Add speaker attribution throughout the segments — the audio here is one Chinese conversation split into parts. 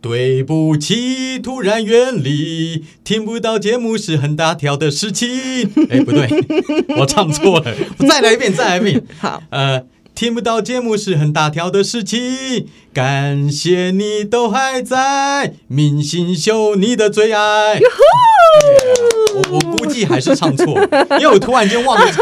Speaker 1: 对不起，突然远离，听不到节目是很大条的事 情。哎，不对， 我唱错了，我再来一遍，再来一遍。
Speaker 2: 好，
Speaker 1: 呃，听不到节目是很大条的事情。感谢你都还在，明星秀你的最爱。我我估计还是唱 错，因为我突然间忘了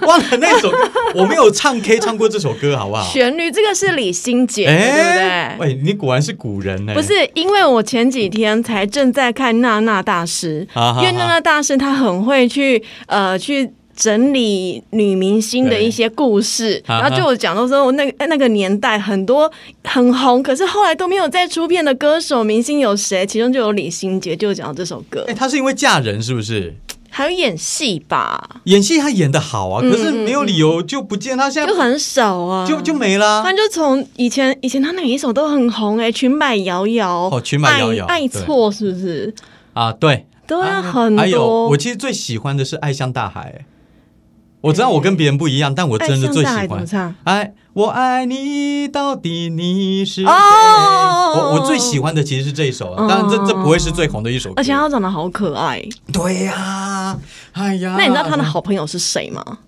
Speaker 1: 忘了那首歌，我没有唱 K 唱过这首歌，好不好？哎
Speaker 2: 旋律这个是李心洁的，对不对？
Speaker 1: 喂，你果然是古人呢、
Speaker 2: 不是，因为我前几天才正在看娜娜大师，
Speaker 1: 啊哈哈
Speaker 2: 因为娜娜大师她很会去呃去。整理女明星的一些故事，
Speaker 1: 啊哈
Speaker 2: 然后就我讲到说，我那个那个年代很多很红，可是后来都没有再出片的歌手明星有谁？其中就有李心洁，就有讲到这首歌
Speaker 1: 哎、，她是因为嫁人是不是？
Speaker 2: 还有演戏吧，
Speaker 1: 演戏她演的好啊，可是没有理由就不见她现在
Speaker 2: 嗯就很少啊，
Speaker 1: 就就没啦、
Speaker 2: 他就从以前以前他每一首都很红哎、裙摆摇摇
Speaker 1: 哦裙摆摇摇
Speaker 2: 爱爱
Speaker 1: 对
Speaker 2: 错是不是？
Speaker 1: 啊！对，
Speaker 2: 都要
Speaker 1: 啊
Speaker 2: 很多。
Speaker 1: 还有，我其实最喜欢的是《爱像大海》哎。我知道我跟别人不一样，但我真的最喜
Speaker 2: 爱像大海怎么
Speaker 1: 欢。
Speaker 2: 唱？
Speaker 1: 哎，我爱你到底你是谁？
Speaker 2: 哦哦哦哦
Speaker 1: 我我最喜欢的其实是这一首啊，
Speaker 2: 嗯
Speaker 1: 当然这这不会是最红的一首歌。
Speaker 2: 而且他长得好可爱。
Speaker 1: 对呀、哎呀，
Speaker 2: 那你知道他的？好朋友是谁吗？
Speaker 1: 啊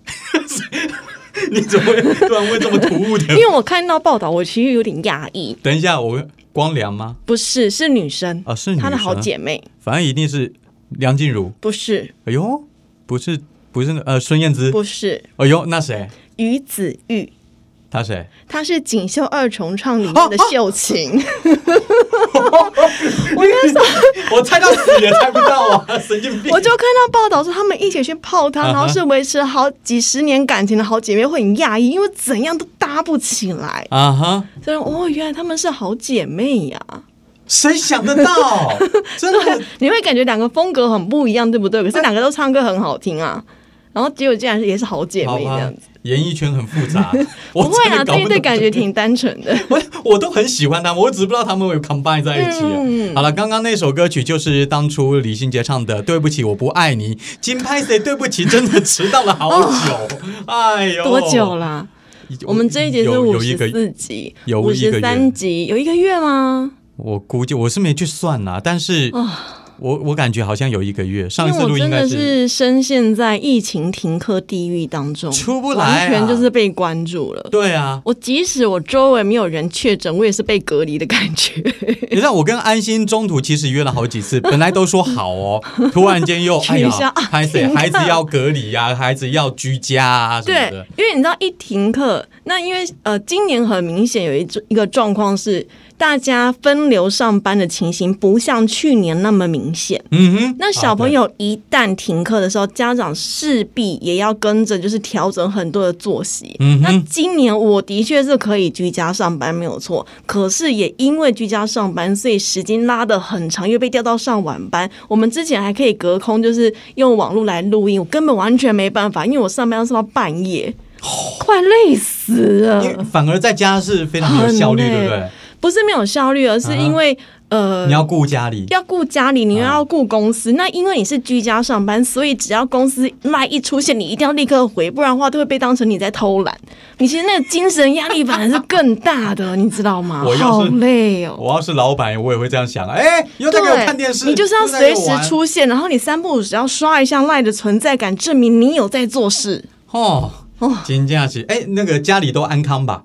Speaker 1: 你怎么会突然问这么突兀
Speaker 2: 因
Speaker 1: 的？
Speaker 2: 为我看到报道，我其实有点讶异，
Speaker 1: 等一下，我光良吗？
Speaker 2: 不是是女生，
Speaker 1: 啊，是女
Speaker 2: 她的好
Speaker 1: 生啊
Speaker 2: 姐妹，
Speaker 1: 反正一定是梁静茹。
Speaker 2: 不是
Speaker 1: 哎呦，不是不是那呃孙燕姿。
Speaker 2: 不是
Speaker 1: 哎呦，那谁？
Speaker 2: 于子玉。
Speaker 1: 他谁？
Speaker 2: 她是《锦绣二重唱》里面的
Speaker 1: 哦
Speaker 2: 秀琴， 我那时 候
Speaker 1: 我猜到死也猜不到啊！ 神经病！
Speaker 2: 我就看到报道说他们一起去泡汤，
Speaker 1: 啊哈
Speaker 2: 然后是维持好几十年感情的好姐妹，会很讶异，因为怎样都搭不起来。
Speaker 1: 啊哈，
Speaker 2: 所以哦，原来她们是好姐妹呀、
Speaker 1: 谁想得 到？真的
Speaker 2: 你会感觉两个风格很不一样，对不对？可是两个都唱歌很好听啊，然后结果竟然是也是好姐
Speaker 1: 好
Speaker 2: 妹这
Speaker 1: 吧
Speaker 2: 样子。？
Speaker 1: 演艺圈很复 杂，我
Speaker 2: 不会
Speaker 1: 真
Speaker 2: 啊，
Speaker 1: 的搞
Speaker 2: 这一
Speaker 1: 不
Speaker 2: 对
Speaker 1: 懂。
Speaker 2: 感觉挺单纯 的。
Speaker 1: 我我都很喜欢他们，我只是不知道他们有 combine 在一起啊。
Speaker 2: 嗯
Speaker 1: 好了，刚刚那首歌曲就是当初李心洁唱的《对不起，我不爱你》。金拍谁？对不起，真的迟到了好久。哎呦，
Speaker 2: 哦多久？啦？我们这一节是
Speaker 1: 有
Speaker 2: 五
Speaker 1: 有一
Speaker 2: 十
Speaker 1: 个
Speaker 2: 四集，
Speaker 1: 有
Speaker 2: 五
Speaker 1: 一个
Speaker 2: 十
Speaker 1: 月
Speaker 2: 三集，有一个月吗？
Speaker 1: 我估计我是没去算啦，但是我我感觉好像有一个月，上一
Speaker 2: 哦因
Speaker 1: 次
Speaker 2: 为
Speaker 1: 录
Speaker 2: 我
Speaker 1: 应
Speaker 2: 真
Speaker 1: 该
Speaker 2: 的
Speaker 1: 是
Speaker 2: 是深陷在疫情停课地狱当中，
Speaker 1: 出不来啊
Speaker 2: 完全就是被关注了。
Speaker 1: 对啊。
Speaker 2: 我即使我周围没有人确诊，我也是被隔离的感觉，
Speaker 1: 你知道我跟安心中途其实约了好几次，本来都说好 哦，突然间又哎
Speaker 2: 取消
Speaker 1: 呀，孩子
Speaker 2: 停课
Speaker 1: 孩子要隔离呀、孩子要居家啊什么
Speaker 2: 对
Speaker 1: 的，，
Speaker 2: 因为你知道一停课，那因为呃，今年很明显有一种一个状况是，大家分流上班的情形不像去年那么明显。
Speaker 1: 嗯哼。
Speaker 2: 那小朋友一旦停课的时候，家长势必也要跟着就是调整很多的作息。
Speaker 1: 嗯哼
Speaker 2: 那今年我的确是可以居家上班没有错，可是也因为居家上班，所以时间拉得很长，又被调到上晚班。我们之前还可以隔空就是用网络来录音，我根本完全没办法，因为我上班要上到半夜，
Speaker 1: 哦
Speaker 2: 快累死
Speaker 1: 因为
Speaker 2: 了。
Speaker 1: 反而在家是非常有效率，
Speaker 2: 很累
Speaker 1: 对不啊对？
Speaker 2: 不是没有效率，而是因为、呃
Speaker 1: 你，要顾家里，
Speaker 2: 要顾家里，
Speaker 1: 啊
Speaker 2: 你又要顾公司。那因为你是居家上班，所以只要公司赖一出现，你一定要立刻回，不然的话都会被当成你在偷懒。你其实那个精神压力反而是更大的，你知道吗
Speaker 1: 我？要
Speaker 2: 好
Speaker 1: 是
Speaker 2: 累哦。
Speaker 1: 我要是老板，我也会这样想。哎，又在给我看电视，
Speaker 2: 你就是要
Speaker 1: 又在给
Speaker 2: 随
Speaker 1: 我
Speaker 2: 时
Speaker 1: 玩
Speaker 2: 出现，然后你三不五时要刷一下赖的存在感，证明你有在 做事，
Speaker 1: 哦。金价是哎，那个家里都安康 吧？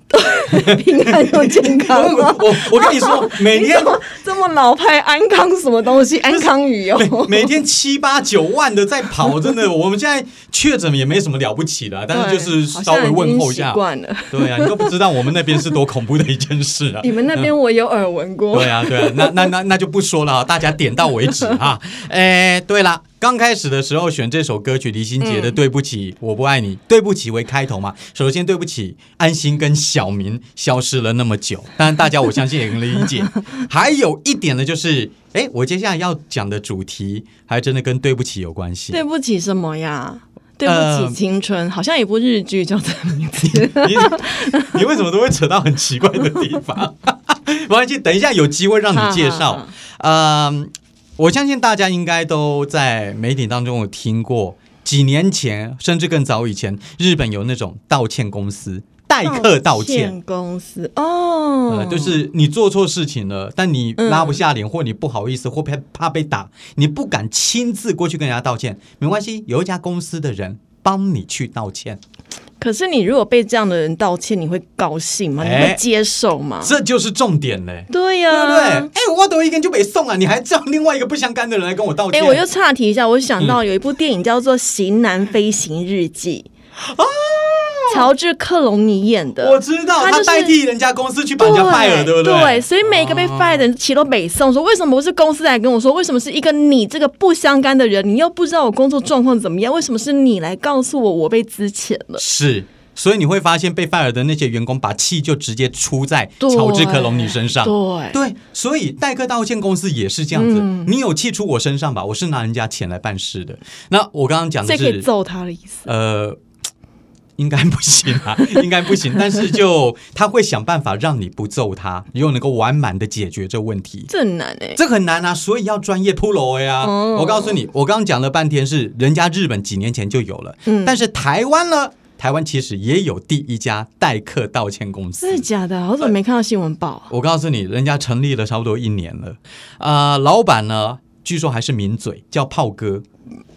Speaker 2: 平安又健
Speaker 1: 我
Speaker 2: 康吗？
Speaker 1: 我我跟你 说，每
Speaker 2: 你
Speaker 1: 天
Speaker 2: 怎么这么老派？安康什么 东西？安康鱼 哦。
Speaker 1: 每天七八九万的在跑，真的，我们现在确诊也没什么了不起的，啊但是就是
Speaker 2: 对好
Speaker 1: 稍微
Speaker 2: 像已
Speaker 1: 问
Speaker 2: 经
Speaker 1: 候一
Speaker 2: 习
Speaker 1: 下。
Speaker 2: 惯了。
Speaker 1: 对啊，你都不知道我们那边是多恐怖的一件事啊！
Speaker 2: 你们那边我有耳闻过。
Speaker 1: 对啊，对啊，那那那那就不说了啊，大家点到为止 哈。哎，对了，刚开始的时候选这首歌曲，李心洁
Speaker 2: 嗯
Speaker 1: 的《对不起，我不爱你》，对不起为开头嘛。首先，对不起，安心跟小明消失了那么久，当然大家我相信也能理 解。还有一点呢，就是。哎，我接下来要讲的主题还真的跟对不起有关系。
Speaker 2: 对不起什么呀？对
Speaker 1: 呃
Speaker 2: 不起青春，好像有部日剧叫这个名字。
Speaker 1: 你你为什么都会扯到很奇怪的地方？ 没关系，等一下有机会让你介
Speaker 2: 好
Speaker 1: 绍
Speaker 2: 好。
Speaker 1: 嗯，我相信大家应该都在媒体当中有听过，几年前甚至更早以前，日本有那种道歉公司。代呃客道歉。
Speaker 2: 公司哦
Speaker 1: 呃，，就是你做错事情了，但你拉不下脸，或你不好意思，或怕怕被打，你不敢亲自过去跟人家道歉，没关系，有一家公司的人帮你去道歉，
Speaker 2: 可是你如果被这样的人道歉，你会高兴吗？你
Speaker 1: 哎
Speaker 2: 会接受吗？
Speaker 1: 这就是重点嘞。
Speaker 2: 对呀、
Speaker 1: 对不对？
Speaker 2: 嗯
Speaker 1: 哎、我都一根就没送啊，你还叫另外一个不相干的人来跟我道
Speaker 2: 哎、
Speaker 1: 歉？
Speaker 2: 我又岔题一下，我想
Speaker 1: 嗯
Speaker 2: 到有一部电影叫做《型男飞行日记》，乔治·克隆尼演的。
Speaker 1: 哦我知道他,、
Speaker 2: 他就是
Speaker 1: 代替人家公司去把人家 fire，对不哦
Speaker 2: 对？
Speaker 1: 对？
Speaker 2: 所以每一个被 fire 的人其实都北宋说，为什么不是公司来跟我说？为什么是一个你这个不相干的人？你又不知道我工作状况怎么样？为什么是你来告诉我我被资遣了？
Speaker 1: 是。所以你会发现，被 fire 的那些员工把气就直接出在
Speaker 2: 对
Speaker 1: 乔治·克隆尼身上。
Speaker 2: 对，
Speaker 1: 对，所以代客道歉公司也是这样子，
Speaker 2: 嗯
Speaker 1: 你有气出我身上吧，我是拿人家钱来办事的。那我刚刚讲
Speaker 2: 所
Speaker 1: 的
Speaker 2: 以可以
Speaker 1: 是，
Speaker 2: 揍他的意思。
Speaker 1: 呃，应该不行啊， 应该不行，但是就他会想办法让你不揍他，又能够完满的解决这问题。
Speaker 2: 这很难哎、
Speaker 1: 这很难啊，所以要专业铺楼哎呀。
Speaker 2: 哦
Speaker 1: 我告诉你，我刚刚讲了半天是人家日本几年前就有了，
Speaker 2: 嗯
Speaker 1: 但是台湾呢，台湾其实也有第一家代客道歉公司
Speaker 2: 真的。假的啊？我怎么没看到新闻报啊？
Speaker 1: 我告诉你，人家成立了差不多一年了，啊、老板呢，据说还是抿嘴，叫炮哥。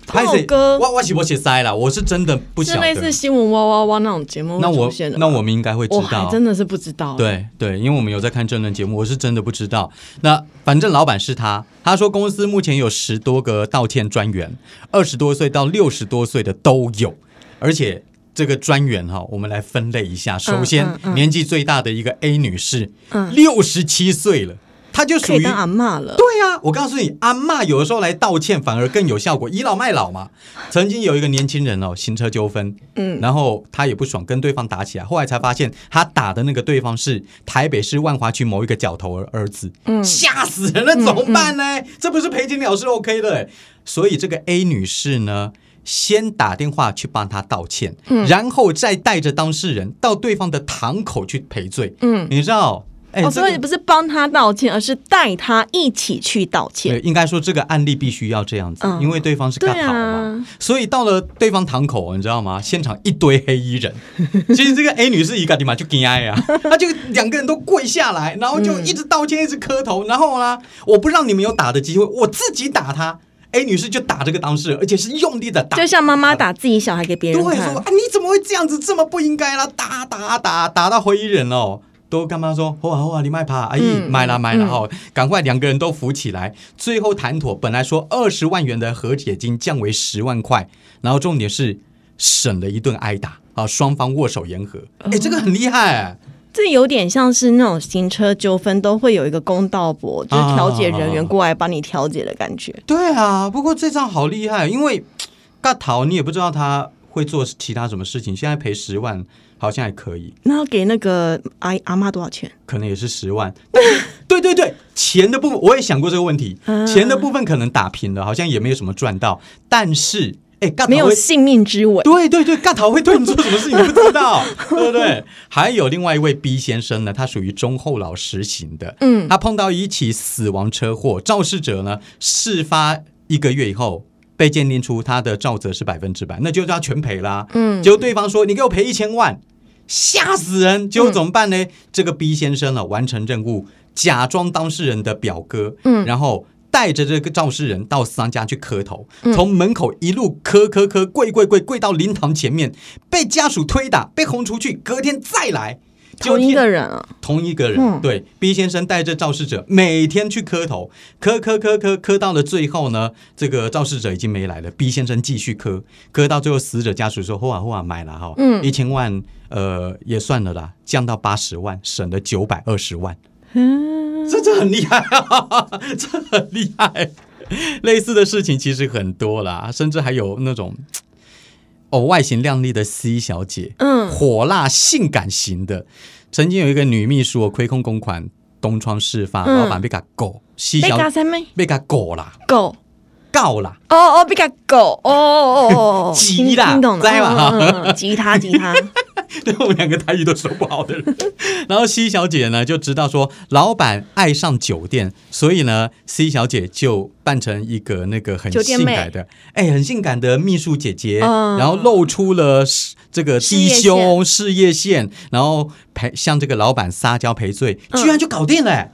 Speaker 2: 炮
Speaker 1: 不好意思
Speaker 2: 哥
Speaker 1: 我我是我写塞了，我是真的不
Speaker 2: 是
Speaker 1: 晓
Speaker 2: 类似
Speaker 1: 得。
Speaker 2: 新闻哇哇哇那种节目
Speaker 1: 那
Speaker 2: 会
Speaker 1: 我
Speaker 2: 出现的吗
Speaker 1: 那我们应该会知
Speaker 2: 我
Speaker 1: 道
Speaker 2: 还，真的是不知道。，
Speaker 1: 对对，因为我们有在看政论节目，我是真的不知道。那反正老板是他，他说公司目前有十多个道歉专员，二十多岁到六十多岁的都有，而且。这个专员哈，我们来分类一下。首先
Speaker 2: 嗯，嗯
Speaker 1: 年纪最大的一个 A 女士
Speaker 2: 嗯，
Speaker 1: 六十七岁了，她就
Speaker 2: 可
Speaker 1: 属
Speaker 2: 以
Speaker 1: 于
Speaker 2: 当阿嬷了。
Speaker 1: 对呀、我告诉你，阿嬷有的时候来道歉反而更有效果，倚老卖老嘛。曾经有一个年轻人哦，行车纠纷，嗯，然后他也不爽，跟对方打起来，后来才发现他打的那个对方是台北市万华区某一个角头儿儿子，嗯，吓死人了，怎么办呢？
Speaker 2: 嗯
Speaker 1: 这不是赔钱了事 OK 的欸，所以这个 A 女士呢。先打电话去帮他道歉，
Speaker 2: 嗯
Speaker 1: 然后再带着当事人到对方的堂口去赔罪。嗯，你知道？哎、
Speaker 2: 哦，
Speaker 1: 这
Speaker 2: 所
Speaker 1: 个
Speaker 2: 以不是帮他道歉，而是带他一起去道歉。
Speaker 1: 对，应该说这个案例必须要这样子，
Speaker 2: 嗯
Speaker 1: 因为对方是干好嘛，
Speaker 2: 对啊
Speaker 1: 所以到了对方堂口，你知道吗？现场一堆黑衣人。 其实这个 A 女士一个地嘛就惊哀 啊，她就两个人都跪下来，然后就一直道歉，一直磕头，然后
Speaker 2: 嗯
Speaker 1: 啦，我不让你们有打的机会，我自己打她。A 女士就打这个当事人，而且是用力的打，
Speaker 2: 就像妈妈打自己小孩给别
Speaker 1: 都
Speaker 2: 人
Speaker 1: 会说
Speaker 2: 看，
Speaker 1: 啊，你怎么会这样子，这么不应该啦！打打打打到灰衣人哦，都干嘛说好啊好啊，你卖怕，阿姨
Speaker 2: 嗯
Speaker 1: 买啦买啦
Speaker 2: 嗯
Speaker 1: 哦，赶快两个人都扶起来。最后谈妥，本来说二十万元的和解金降为十万块，然后重点是省了一顿挨打啊，双方握手言和，
Speaker 2: 哦
Speaker 1: 哎，这个很厉害、
Speaker 2: 这有点像是那种行车纠纷都会有一个公道博，就是调解人员过来帮你调解的感觉。
Speaker 1: 对啊，不过这仗好厉害，因为大桃你也不知道他会做其他什么事情，现在赔十万好像还可以。
Speaker 2: 那要给那个阿阿妈多少钱？
Speaker 1: 可能也是十万， 但是对对对，钱的部分我也想过这个问题，
Speaker 2: 啊
Speaker 1: 钱的部分可能打平了，好像也没有什么赚到，但是哎，干
Speaker 2: 没
Speaker 1: 桃
Speaker 2: 有
Speaker 1: 会，
Speaker 2: 性命之危。
Speaker 1: 对对对，干桃会对你做什么事情你不知 道，对不对？还有另外一位 B 先生呢，他属于中后老实刑的，
Speaker 2: 嗯，
Speaker 1: 他碰到一起死亡车祸，肇事者呢事发一个月以后。被鉴定出他的肇责是百分之百，那就叫全赔啦。
Speaker 2: 嗯
Speaker 1: 结果对方说你给我赔一千万，吓死人！结果怎么办呢？这个 B 先生呢、完成任务，假装当事人的表哥，嗯，然后。带着这个肇事人到商家去磕头，从门口一路磕磕磕，跪跪跪跪到灵堂前面，被家属推打，被轰出去，隔天再来。结果
Speaker 2: 同一
Speaker 1: 天
Speaker 2: 个人啊，
Speaker 1: 同一个人，
Speaker 2: 嗯
Speaker 1: 对 B 先生带着肇事者每天去磕头，磕磕磕磕磕到了最后呢，这个肇事者已经没来了，B 先生继续磕，磕到最后死者家属说：“嚯啊嚯啊，买了哈，嗯，一千万，呃，也算了啦，降到八十万，省了九百二十万，
Speaker 2: 嗯，
Speaker 1: 这这很厉害、啊， 这很厉害。类似的事情其实很多啦，甚至还有那种。”哦，外形靓丽的 C 小姐，
Speaker 2: 嗯
Speaker 1: 火辣性感型的，曾经有一个女秘书哦亏空公款，东窗事发，
Speaker 2: 嗯
Speaker 1: 老板被他狗，C
Speaker 2: 被
Speaker 1: 小
Speaker 2: 嘎三妹
Speaker 1: 被他狗啦，
Speaker 2: 狗。
Speaker 1: 告啦，
Speaker 2: 哦哦，比个狗哦哦哦，
Speaker 1: 急啦
Speaker 2: 听懂了，
Speaker 1: 知道吧
Speaker 2: 嗯嗯嗯吉他吉他，
Speaker 1: 对我们两个台语都说不好的 人。然后 C 小姐呢就知道说老板爱上酒店，所以呢 C 小姐就扮成一个那个很
Speaker 2: 酒店
Speaker 1: 性
Speaker 2: 妹
Speaker 1: 感的，哎、很性感的秘书姐姐，
Speaker 2: 嗯
Speaker 1: 然后露出了这个
Speaker 2: 事业
Speaker 1: 低
Speaker 2: 线
Speaker 1: 胸事业线，然后赔向这个老板撒娇赔罪，居然就搞定了、哎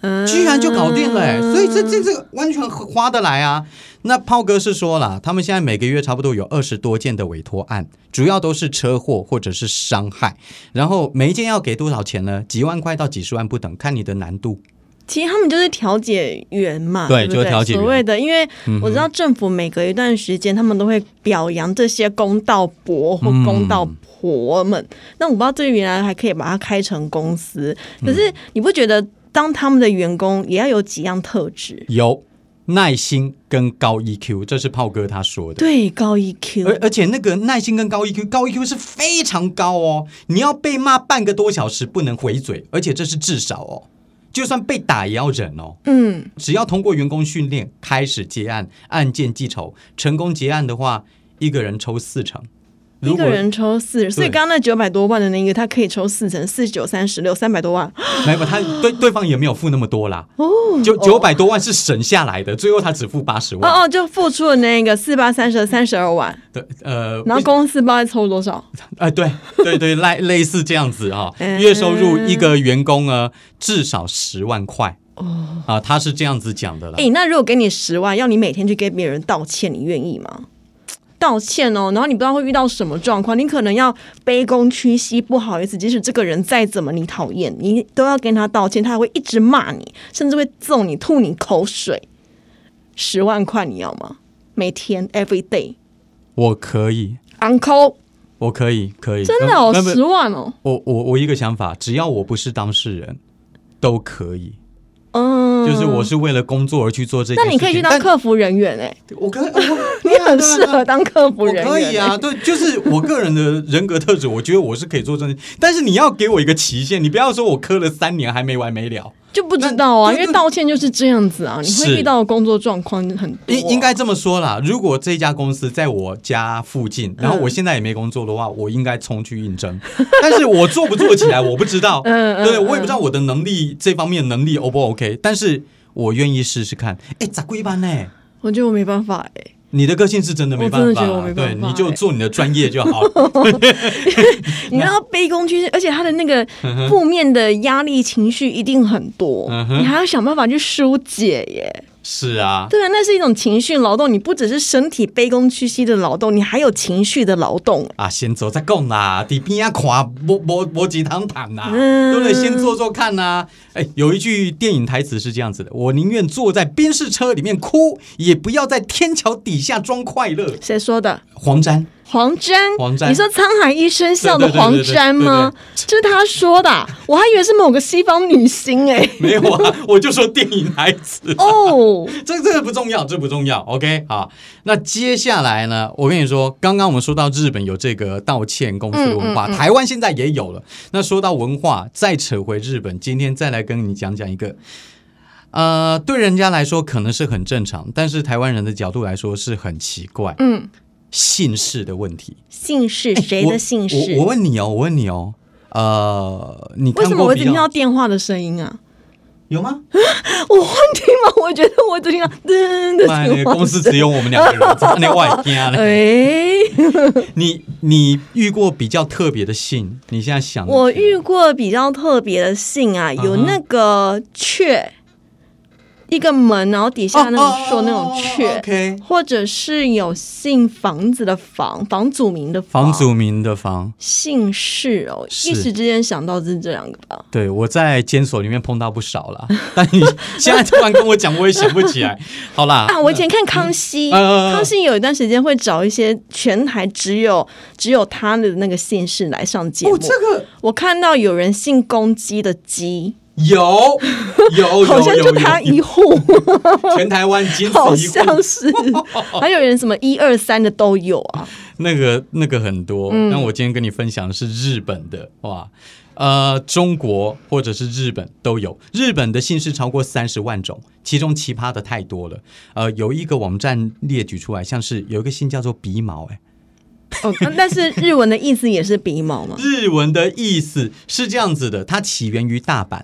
Speaker 2: 嗯
Speaker 1: 居然就搞定了、欸，所以这这这个完全划得来啊。那炮哥是说了，他们现在每个月差不多有二十多件的委托案，主要都是车祸或者是伤害，然后每一件要给多少钱呢？几万块到几十万不等，看你的难度。
Speaker 2: 其实他们就是调解员嘛，
Speaker 1: 对
Speaker 2: 对不对，
Speaker 1: 就是调解员嗯
Speaker 2: 所谓的，因为我知道政府每隔一段时间，他们都会表扬这些公道伯或
Speaker 1: 嗯
Speaker 2: 公道婆们。那我不知道这原来还可以把它开成公司，
Speaker 1: 嗯
Speaker 2: 可是你不觉得当他们的员工也要有几样特质？
Speaker 1: 有耐心跟高 EQ，这是炮哥他说的。
Speaker 2: 对，高 E
Speaker 1: 而
Speaker 2: EQ，
Speaker 1: 而且那个耐心跟高 EQ，高 EQ 是非常高哦。你要被骂半个多小时不能回嘴，而且这是至少哦，就算被打也要忍哦。
Speaker 2: 嗯，
Speaker 1: 只要通过员工训练开始结案，按件计酬，成功结案的话，一个人抽四成。
Speaker 2: 一
Speaker 1: 如
Speaker 2: 个
Speaker 1: 果
Speaker 2: 人抽四十，所以
Speaker 1: 对
Speaker 2: 刚刚那九百多万的那个，他可以抽四成，四十九、三十六，三百多万，
Speaker 1: 没有他对对方也没有付那么多啦，
Speaker 2: 哦
Speaker 1: 就九百多万是省下来的，最后他只付八十万。
Speaker 2: 哦哦，就付出了那个四八、三十、三十二万，
Speaker 1: 对，呃，
Speaker 2: 然后公司不知道抽多少。
Speaker 1: 哎、对对对，类类似这样子哈、
Speaker 2: 嗯
Speaker 1: 月收入一个员工呢至少十万块哦，啊，他是这样子讲的啦
Speaker 2: 哎、。那如果给你十万，要你每天去跟别人道歉，你愿意吗？道歉哦，然后你不知道会遇到什么状况，你可能要卑躬屈膝，不好意思，即使这个人再怎么你讨厌，你都要跟他道歉，他还会一直骂你，甚至会揍你、吐你口水。十万块你要吗？每天 every day
Speaker 1: 我可以，
Speaker 2: uncle
Speaker 1: 我可以，可以，
Speaker 2: 真的哦，
Speaker 1: 呃不不
Speaker 2: 十万哦，
Speaker 1: 我我我一个想法，只要我不是当事人，都可以。
Speaker 2: 嗯，
Speaker 1: 就是我是为了工作而去做这件
Speaker 2: 那
Speaker 1: 事
Speaker 2: 你
Speaker 1: 情。
Speaker 2: 可以去当
Speaker 1: 但
Speaker 2: 客服人员哎、啊
Speaker 1: 我可以，哦啊我
Speaker 2: 你很适合当客服
Speaker 1: 我
Speaker 2: 人员、
Speaker 1: 可以啊，
Speaker 2: 哎，
Speaker 1: 对，就是我个人的人格特质，我觉得我是可以做这件事，但是你要给我一个期限，你不要说我磕了三年还没完没了。
Speaker 2: 就不知道啊，
Speaker 1: 那
Speaker 2: 因为道歉就是这样子啊，你会
Speaker 1: 是
Speaker 2: 遇到的工作状况很多。
Speaker 1: 应应该这么说啦，如果这家公司在我家附近，
Speaker 2: 嗯
Speaker 1: 然后我现在也没工作的话，我应该冲去应征。 但是我做不做起来，我不知道。
Speaker 2: 嗯嗯
Speaker 1: 对我也不知道我的能力这方面能力 O 不 OK，但是我愿意试试看。哎，咋贵班呢？
Speaker 2: 我觉得我没办法哎、
Speaker 1: 你的个性是真的没办
Speaker 2: 我真的
Speaker 1: 法
Speaker 2: 觉得我
Speaker 1: 啦，
Speaker 2: 没
Speaker 1: 对，
Speaker 2: 办法
Speaker 1: 你就
Speaker 2: 欸
Speaker 1: 做你的专业就 好了。
Speaker 2: 你让他卑躬屈膝，而且他的那个负面的压力情绪一定很多，
Speaker 1: 嗯哼
Speaker 2: 你还要想办法去疏解耶。
Speaker 1: 是啊，
Speaker 2: 对啊，那是一种情绪劳动，你不只是身体卑躬屈膝的劳动，你还有情绪的劳动。
Speaker 1: 啊，先走再讲啦，底边啊看，摸摸摸几汤谈啦，
Speaker 2: 嗯
Speaker 1: 对不对？先做做看呐、哎，有一句电影台词是这样子的：我宁愿坐在宾士车里面哭，也不要在天桥底下装快乐。
Speaker 2: 谁说的？
Speaker 1: 黄沾，
Speaker 2: 黄沾，
Speaker 1: 黄沾
Speaker 2: 你说沧海一声笑的黄沾吗？这是他说的啊、我还以为是某个西方女星哎、
Speaker 1: 没有啊，我就说电影台词。
Speaker 2: 哦，
Speaker 1: 这这个不重要，这不重要。OK，好，那接下来呢？我跟你说，刚刚我们说到日本有这个道歉公司的文
Speaker 2: 嗯
Speaker 1: 化，台湾现在也有了。那说到文化，再扯回日本，今天再来跟你讲讲一个，呃，对人家来说可能是很正常，但是台湾人的角度来说是很奇怪，
Speaker 2: 嗯，
Speaker 1: 姓氏的问题。
Speaker 2: 姓氏谁
Speaker 1: 我
Speaker 2: 的姓氏？
Speaker 1: 我？我问你哦，我问你哦，呃，你
Speaker 2: 为
Speaker 1: 看
Speaker 2: 什么
Speaker 1: 过
Speaker 2: 我
Speaker 1: 比
Speaker 2: 只
Speaker 1: 较
Speaker 2: 听到电话的声音啊？
Speaker 1: 有 吗？
Speaker 2: 我幻听吗？我觉得我只听到噔的
Speaker 1: 妈，
Speaker 2: 电
Speaker 1: 哎那个
Speaker 2: 话
Speaker 1: 公司只有我们两个人，差点外啊惊了。
Speaker 2: 哎，
Speaker 1: 你你遇过比较特别的姓？你现在想得起来
Speaker 2: 我遇过比较特别的姓啊，有那个雀，一个门，然后底下那种说那种
Speaker 1: 哦哦哦哦
Speaker 2: 雀，
Speaker 1: ，OK，
Speaker 2: 或者是有姓房子的房，房祖名的
Speaker 1: 房祖名的房。
Speaker 2: 姓氏哦，
Speaker 1: 是
Speaker 2: 一时之间想到是这两个吧。
Speaker 1: 对，我在监所里面碰到不少啦，但你现在突然跟我讲，我也想不起来。好啦，
Speaker 2: 啊，我以前看康熙，
Speaker 1: 嗯嗯嗯
Speaker 2: 康熙有一段时间会找一些全台只有只有他的那个姓氏来上节目。
Speaker 1: 哦，这个
Speaker 2: 我看到有人姓公鸡的鸡，
Speaker 1: 有哦有有
Speaker 2: 好像
Speaker 1: 有
Speaker 2: 就
Speaker 1: 有
Speaker 2: 他一
Speaker 1: 有，
Speaker 2: 户，
Speaker 1: 全台湾仅
Speaker 2: 好
Speaker 1: 此一户。
Speaker 2: 像是，还有人什么一二三的都有啊。
Speaker 1: 那个那个很多，那我今天跟你分享的是日本的哇，呃，中国或者是日本都有，日本的姓氏超过三十万种，其中奇葩的太多了。呃，有一个网站列举出来，像是有一个姓叫做鼻毛、哎，
Speaker 2: 哦，但是日文的意思也是鼻毛吗？
Speaker 1: 日文的意思是这样子的，它起源于大阪。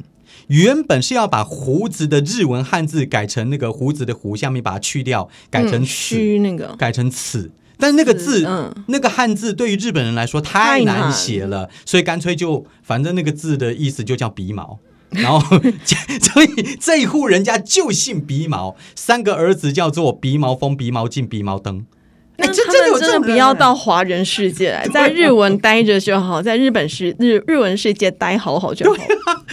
Speaker 1: 原本是要把胡子的日文汉字改成那个胡子的胡，下面把它去掉， 改成哎
Speaker 2: 嗯
Speaker 1: 此，
Speaker 2: 须那个，
Speaker 1: 改成此。但那个字，
Speaker 2: 嗯
Speaker 1: 那个汉字对于日本人来说太
Speaker 2: 太难
Speaker 1: 难写了，所以干脆就反正那个字的意思就叫鼻毛。然后， 所以这一户人家就姓鼻毛，三个儿子叫做鼻毛风、鼻毛进、鼻毛灯。哎，
Speaker 2: 那
Speaker 1: 这
Speaker 2: 他
Speaker 1: 真的有
Speaker 2: 们
Speaker 1: 这
Speaker 2: 真
Speaker 1: 种
Speaker 2: 的不
Speaker 1: 人
Speaker 2: 要
Speaker 1: 啊
Speaker 2: 到华人世 界来，在日文待着就好，在日本世日日文世界待好好就好。
Speaker 1: 啊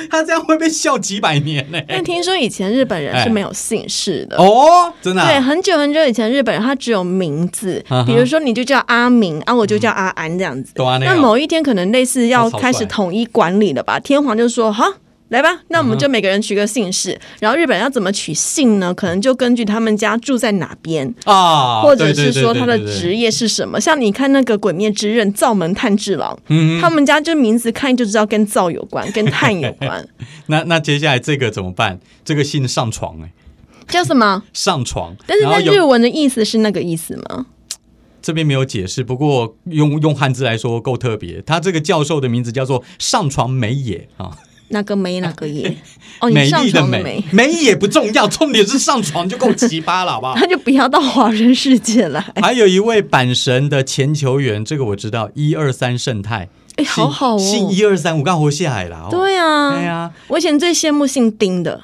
Speaker 1: 他这样会被笑几百年呢、
Speaker 2: 但听说以前日本人
Speaker 1: 哎
Speaker 2: 是没有姓氏的。
Speaker 1: 哦，真的、
Speaker 2: 对，
Speaker 1: 啊，
Speaker 2: 很久很久以前，日本人他只有名字
Speaker 1: 啊哈，
Speaker 2: 比如说你就叫阿明啊，我就叫阿安这样子。
Speaker 1: 懂啊那
Speaker 2: 那
Speaker 1: 样
Speaker 2: 某一天可能类似要
Speaker 1: 那草率
Speaker 2: 开始统一管理了吧？天皇就说好。来吧，那我
Speaker 1: 嗯
Speaker 2: 们就每个人取个姓氏，然后日本人要怎么取姓呢？可能就根据他们家住在哪边，
Speaker 1: 啊，
Speaker 2: 或者
Speaker 1: 对对
Speaker 2: 是
Speaker 1: 对
Speaker 2: 说
Speaker 1: 对
Speaker 2: 他的
Speaker 1: 对对
Speaker 2: 职业是什么。像你看那个《鬼灭之刃》灶门炭治郎，
Speaker 1: 嗯
Speaker 2: 他们家就名字看就知道跟灶有关，跟炭有 关，
Speaker 1: 那那接下来这个怎么办？这个姓上床哎、
Speaker 2: 叫什么？
Speaker 1: 上床。
Speaker 2: 但是
Speaker 1: 然后
Speaker 2: 在
Speaker 1: 有
Speaker 2: 日文的意思是那个意思吗？
Speaker 1: 这边没有解释，不过用用汉字来说够特别。他这个教授的名字叫做上床美野啊，
Speaker 2: 那个美那 个也？哦，你
Speaker 1: 美
Speaker 2: 上
Speaker 1: 丽
Speaker 2: 床了
Speaker 1: 美
Speaker 2: 没？，
Speaker 1: 美野不重要，重点是上床就够奇葩了，好不 好？
Speaker 2: 那就不要到华人世界来。
Speaker 1: 还有一位阪神的前球员，这个我知道，一二三胜太，
Speaker 2: 哎，好
Speaker 1: 姓
Speaker 2: 好哦。
Speaker 1: 姓一二三，我刚活下来了、哦。
Speaker 2: 对啊，
Speaker 1: 对啊，
Speaker 2: 我以前最羡慕姓丁的。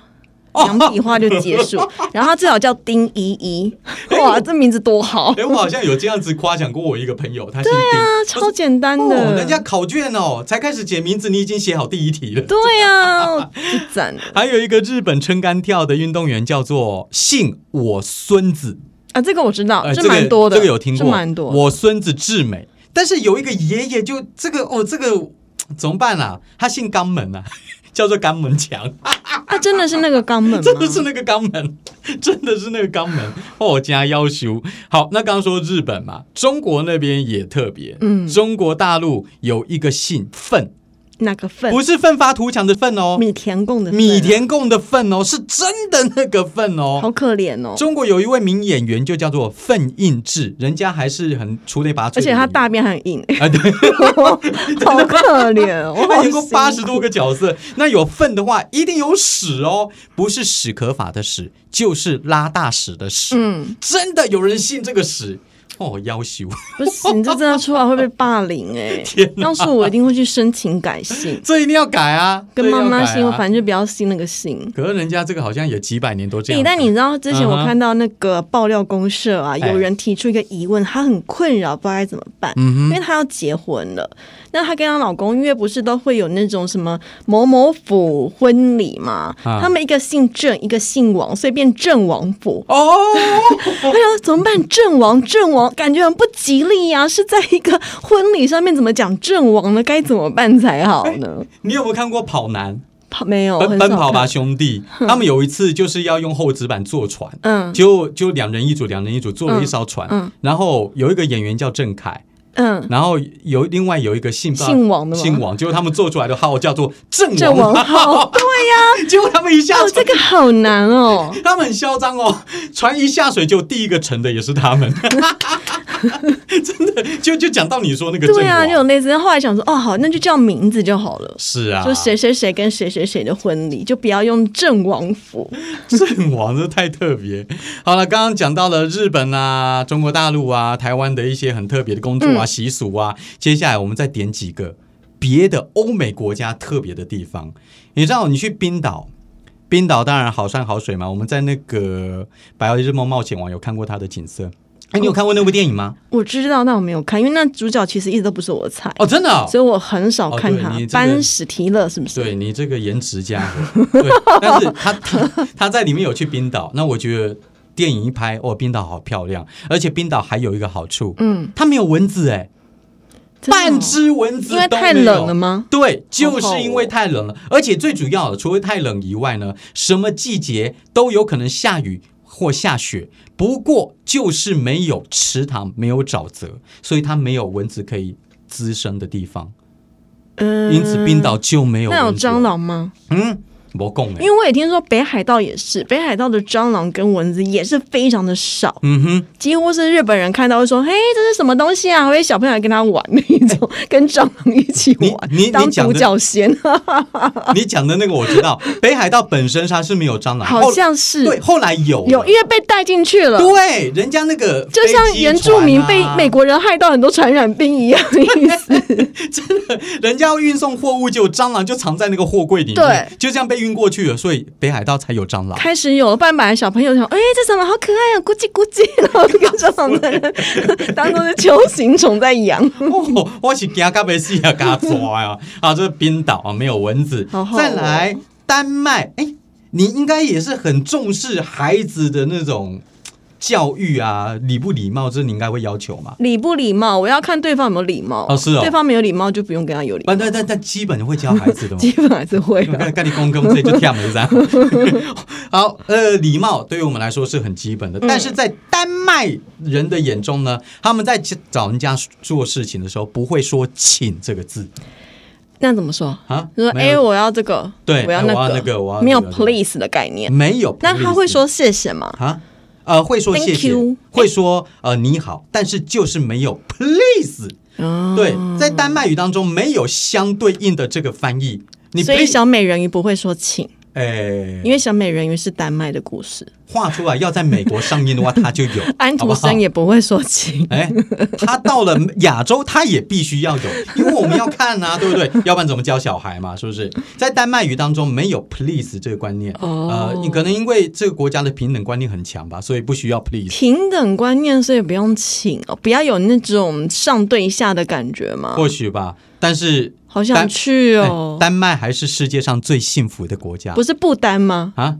Speaker 1: 哦
Speaker 2: 两笔画就 结束，然后他最好叫丁依依，哇，这名字 多好
Speaker 1: 哎、我好像有这样子夸奖过我一个朋友，他姓丁。
Speaker 2: 啊，超简单
Speaker 1: 哦，
Speaker 2: 的。
Speaker 1: 人家考卷哦，才开始写名字，你已经写好第一题了。
Speaker 2: 对 啊，一赞
Speaker 1: 还有一个日本撑杆跳的运动员叫做姓我孙子，
Speaker 2: 啊，这个我知道，
Speaker 1: 呃，
Speaker 2: 这
Speaker 1: 这个
Speaker 2: 蛮多的，
Speaker 1: 这个有听过，
Speaker 2: 这蛮多。
Speaker 1: 我孙子志美，但是有一个爷爷就这个哦，这个怎么办啊？他姓肛门啊， 叫做肛门强，
Speaker 2: 啊，真的是那个肛门吗？
Speaker 1: 真的是那个肛门，真的是那个肛门哦，加要求。好，那刚刚说日本嘛，中国那边也特别，
Speaker 2: 嗯
Speaker 1: 中国大陆有一个姓奋，
Speaker 2: 那个粪，
Speaker 1: 不是奋发图强的奋哦，
Speaker 2: 米田共的粪啊
Speaker 1: 米，田共的粪哦，是真的那个粪哦。
Speaker 2: 好可怜哦。
Speaker 1: 中国有一位名演员就叫做奋印志，人家还是很出类拔萃的演
Speaker 2: 而且
Speaker 1: 员，
Speaker 2: 他大便很 硬，
Speaker 1: 啊，对，
Speaker 2: 好可怜哦。我
Speaker 1: 他
Speaker 2: 好
Speaker 1: 演过
Speaker 2: 辛苦
Speaker 1: 八十多个角色。那有粪的话，一定有屎哦，不是屎壳法的屎，就是拉大屎的屎。
Speaker 2: 嗯，
Speaker 1: 真的有人信这个屎哦，要求
Speaker 2: 不行，你这真的出来会被霸凌哎、要是我一定会去申请改姓，
Speaker 1: 这一定要改啊，
Speaker 2: 跟妈妈姓，
Speaker 1: 姓
Speaker 2: 我反正就不要姓那个姓。
Speaker 1: 可是人家这个好像也几百年都这
Speaker 2: 诶、
Speaker 1: 样。
Speaker 2: 但你知道之前
Speaker 1: 嗯
Speaker 2: 我
Speaker 1: 哼
Speaker 2: 看到那个爆料公社啊，
Speaker 1: 哎
Speaker 2: 有人提出一个疑问，他很困扰，不知道该怎么办。
Speaker 1: 嗯
Speaker 2: 因为她要结婚了，那她跟她老公，因为不是都会有那种什么某某府婚礼嘛，
Speaker 1: 啊
Speaker 2: 他们一个姓郑，一个姓王，所以变郑王府。
Speaker 1: 哦，
Speaker 2: 哎呀，怎么办？郑王，郑王，感觉很不吉利呀、是在一个婚礼上面怎么讲郑王呢？该怎么办才好呢？
Speaker 1: 你有没有看过《跑男》？
Speaker 2: 跑没有，
Speaker 1: 哎奔
Speaker 2: 哦很
Speaker 1: 奔
Speaker 2: 少
Speaker 1: 跑吧
Speaker 2: 看
Speaker 1: 兄弟， 他们有一次就是要用厚纸板坐船，
Speaker 2: 嗯
Speaker 1: 就就两人一组，两人一组坐了一艘船，
Speaker 2: 嗯嗯
Speaker 1: 然后有一个演员叫郑恺，
Speaker 2: 嗯，
Speaker 1: 然后有另外有一个姓
Speaker 2: 姓王的吗
Speaker 1: 姓王，结果他们做出来的号叫做郑
Speaker 2: 郑王号，对 呀、
Speaker 1: 结果他们一下
Speaker 2: 哦，这
Speaker 1: 船，
Speaker 2: 个好难哦。
Speaker 1: 他们很嚣张哦，船一下水就第一个沉的也是他们， 真的就 就讲到你说那个郑
Speaker 2: 对啊，
Speaker 1: 王
Speaker 2: 就有类似。后来想说，哦，好，那就叫名字就好了。
Speaker 1: 是啊，
Speaker 2: 就谁谁谁跟谁谁谁的婚礼，就不要用郑王府。
Speaker 1: 阵亡这太特别。好了，刚刚讲到了日本啊、中国大陆啊、台湾的一些很特别的工作啊、习俗啊，接下来我们再点几个别的欧美国家特别的地方。你知道，你去冰岛。冰岛当然好山好水嘛，我们在那个《白日梦冒险王》有看过它的景色。哎，你有看过那部电影吗？
Speaker 2: 我知道，但我没有看，因为那主角其实一直都不是我的菜，
Speaker 1: 哦，真的、哦，
Speaker 2: 所以我很少看
Speaker 1: 哦
Speaker 2: 他
Speaker 1: 对你。这个
Speaker 2: 班史提勒是不是？
Speaker 1: 对你这个颜值家 伙，对，但是他他他在里面有去冰岛，那我觉得电影一拍，哦，冰岛好漂亮，而且冰岛还有一个好处，
Speaker 2: 嗯，
Speaker 1: 它没有蚊子哎，
Speaker 2: 真的哦
Speaker 1: 半只蚊子
Speaker 2: 因为
Speaker 1: 都
Speaker 2: 太
Speaker 1: 没有
Speaker 2: 冷了吗？
Speaker 1: 对，就是因为太冷了，而且最主要的，除了太冷以外呢，什么季节都有可能下雨或下雪。不过就是没有池塘，没有沼泽，所以它没有蚊子可以滋生的地方，
Speaker 2: 嗯，
Speaker 1: 因此冰岛就没有
Speaker 2: 那有
Speaker 1: 蚊子
Speaker 2: 蟑螂吗？
Speaker 1: 嗯，我共哎
Speaker 2: 因，为我也听说北海道也是，北海道的蟑螂跟蚊子也是非常的少，
Speaker 1: 嗯哼，
Speaker 2: 几乎是日本人看到会说：“嘿，这是什么东西啊？”会小朋友还跟他玩那一种，跟蟑螂一起
Speaker 1: 你
Speaker 2: 玩，
Speaker 1: 你
Speaker 2: 当
Speaker 1: 你讲
Speaker 2: 独
Speaker 1: 的啊
Speaker 2: 角仙，
Speaker 1: 你讲的那个我知道，北海道本身它是没有蟑螂，
Speaker 2: 好
Speaker 1: 后
Speaker 2: 像是
Speaker 1: 对，后来有
Speaker 2: 有，因为被带进去了。
Speaker 1: 对，人家那个
Speaker 2: 就像原住民被美
Speaker 1: 国，
Speaker 2: 国人害到很多传染病一样的意思，
Speaker 1: 人家要运送货物，就蟑螂就藏在那个货柜里面，
Speaker 2: 对，
Speaker 1: 就这样被运过去了，所以北海道才有 蟑螂。
Speaker 2: 开始有了，不然本来小朋友想，哎、这什么好可爱啊，咕叽咕叽，然后就跟蟑螂在那 当做是球形虫在养。
Speaker 1: 哦，我是惊到被死啊，嘎抓呀！啊， 这是冰岛啊，没有蚊子。
Speaker 2: 好好哦
Speaker 1: 再来丹麦，哎，你应该也是很重视孩子的那种教育啊，礼不礼貌，这你应该会要求嘛？
Speaker 2: 礼不礼貌，我要看对方有没有礼貌。
Speaker 1: 哦是哦
Speaker 2: 对方没有礼貌就不用跟他有礼
Speaker 1: 不，
Speaker 2: 貌，
Speaker 1: 但但但基本会教孩子的嘛。
Speaker 2: 基本还是会的。
Speaker 1: 跟跟你公公这就跳门噻。啊 好，呃，礼貌对于我们来说是很基
Speaker 2: 嗯
Speaker 1: 本的，但是在丹麦人的眼中呢，他们在找人家做事情的时候，不会说“请”这个字
Speaker 2: 那怎么说？
Speaker 1: 啊。
Speaker 2: 就说
Speaker 1: 没
Speaker 2: 哎、
Speaker 1: 有
Speaker 2: 我要这个，
Speaker 1: 对
Speaker 2: 我要
Speaker 1: 哎我要
Speaker 2: 个，
Speaker 1: 那个我要
Speaker 2: 没有
Speaker 1: 那个
Speaker 2: please 的概念。
Speaker 1: 没有。
Speaker 2: 哎那他会说谢谢吗？
Speaker 1: 啊，呃，会说
Speaker 2: Thank
Speaker 1: 谢谢
Speaker 2: you，
Speaker 1: 会说呃你好，但是就是没有 please。
Speaker 2: 哦
Speaker 1: 对，在丹麦语当中没有相对应的这个翻译。你
Speaker 2: 所以
Speaker 1: please，
Speaker 2: 小美人鱼不会说请，
Speaker 1: 哎，
Speaker 2: 因为小美人鱼是丹麦的故事。
Speaker 1: 画出来要在美国上映的话，它就有
Speaker 2: 安
Speaker 1: 好不
Speaker 2: 徒
Speaker 1: 好
Speaker 2: 生也不会说请。
Speaker 1: 哎，他到了亚洲，他也必须要有，因为我们要看啊，对不对？要不然怎么教小孩嘛？是不是？在丹麦语当中没有 please 这个观念，
Speaker 2: 哦
Speaker 1: 呃，你可能因为这个国家的平等观念很强吧，所以不需要 please。
Speaker 2: 平等观念，所以不用请哦，不要有那种上对下的感觉嘛。
Speaker 1: 或许吧，但是
Speaker 2: 好想去
Speaker 1: 哎
Speaker 2: 哦，
Speaker 1: 丹麦啊还是世界上最幸福的国家
Speaker 2: 不是不丹吗？
Speaker 1: 啊。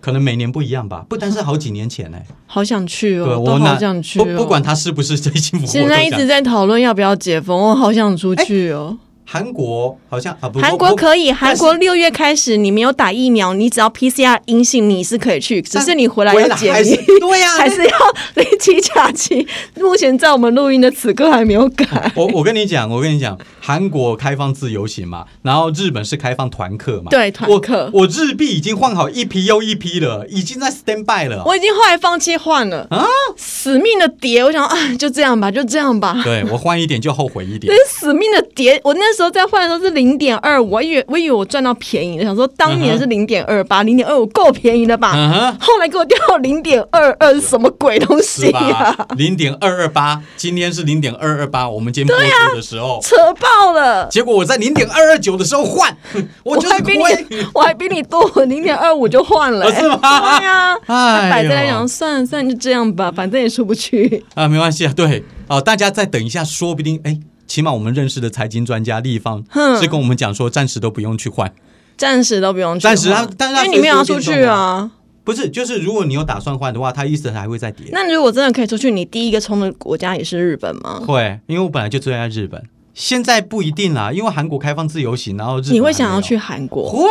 Speaker 1: 可能每年不一样吧，不单是好几年前 呢、
Speaker 2: 好想去
Speaker 1: 对
Speaker 2: 哦，
Speaker 1: 我
Speaker 2: 都
Speaker 1: 哪
Speaker 2: 好想去
Speaker 1: 不
Speaker 2: 哦。
Speaker 1: 不管它是不是最幸福，
Speaker 2: 现在一
Speaker 1: 我都
Speaker 2: 直
Speaker 1: 想
Speaker 2: 在讨论要不要解封，我好想出去哦。
Speaker 1: 韩国好像啊，不
Speaker 2: 韩国
Speaker 1: 不
Speaker 2: 可以，
Speaker 1: 但是
Speaker 2: 韩国六月开始，你没有打疫苗，你只要 PCR 阴性，你是可以去，只是你回来
Speaker 1: 回
Speaker 2: 要
Speaker 1: 来
Speaker 2: 解
Speaker 1: 还是
Speaker 2: 密。
Speaker 1: 对呀、
Speaker 2: 还是要离期假期，目前在我们录音的此刻还没有 改。
Speaker 1: 我我跟你讲，我跟你讲，韩国开放自由行嘛，然后日本是开放团客嘛，
Speaker 2: 对团客
Speaker 1: 我我日币已经换好一批又一批了，已经在 stand by 了。
Speaker 2: 我已经后来放弃换了
Speaker 1: 啊，
Speaker 2: 死命的叠，我想啊，就这样吧，就这样 吧。
Speaker 1: 对我换一点就后悔一 点
Speaker 2: 但。是死命的叠，我那时候在换的时候是零点二，我以为我以为我赚到便宜了，想说当年是零点二八，零点二五够便宜了吧？
Speaker 1: 嗯哼
Speaker 2: 后来给我掉到零点二二，什么鬼东西啊
Speaker 1: 是
Speaker 2: 呀、
Speaker 1: 吧？零点二二八，今天是零点二二八，我们今天播出的时候，
Speaker 2: 扯爆了！
Speaker 1: 结果我在零点二二九的时候换， 哼我就是
Speaker 2: 还比你
Speaker 1: 亏。，
Speaker 2: 我还比你多，我零点二五就换了、
Speaker 1: 哦是吗
Speaker 2: 对
Speaker 1: 哎
Speaker 2: 呀、
Speaker 1: 呦
Speaker 2: 他摆在那想，算了算了，就这样吧，反正也出不去。
Speaker 1: 啊，没关系啊，对，哦、大家再等一下，说不定哎，起码我们认识的财经专家立方
Speaker 2: 哼
Speaker 1: 是跟我们讲说，暂时都不用去换。
Speaker 2: 暂时都不用去
Speaker 1: 暂时啊
Speaker 2: 换
Speaker 1: 但是它
Speaker 2: 因为你没有要
Speaker 1: 随
Speaker 2: 出
Speaker 1: 时会
Speaker 2: 去
Speaker 1: 变动
Speaker 2: 啊。
Speaker 1: 不是，就是如果你有打算换的话，它一直还会再跌。
Speaker 2: 那如果真的可以出去，你第一个冲的国家也是日本吗？
Speaker 1: 会，因为我本来就最爱日本，现在不一定啦，因为韩国开放自由行，然后日本
Speaker 2: 你会
Speaker 1: 还没
Speaker 2: 想要
Speaker 1: 有？
Speaker 2: 去韩国？
Speaker 1: 会，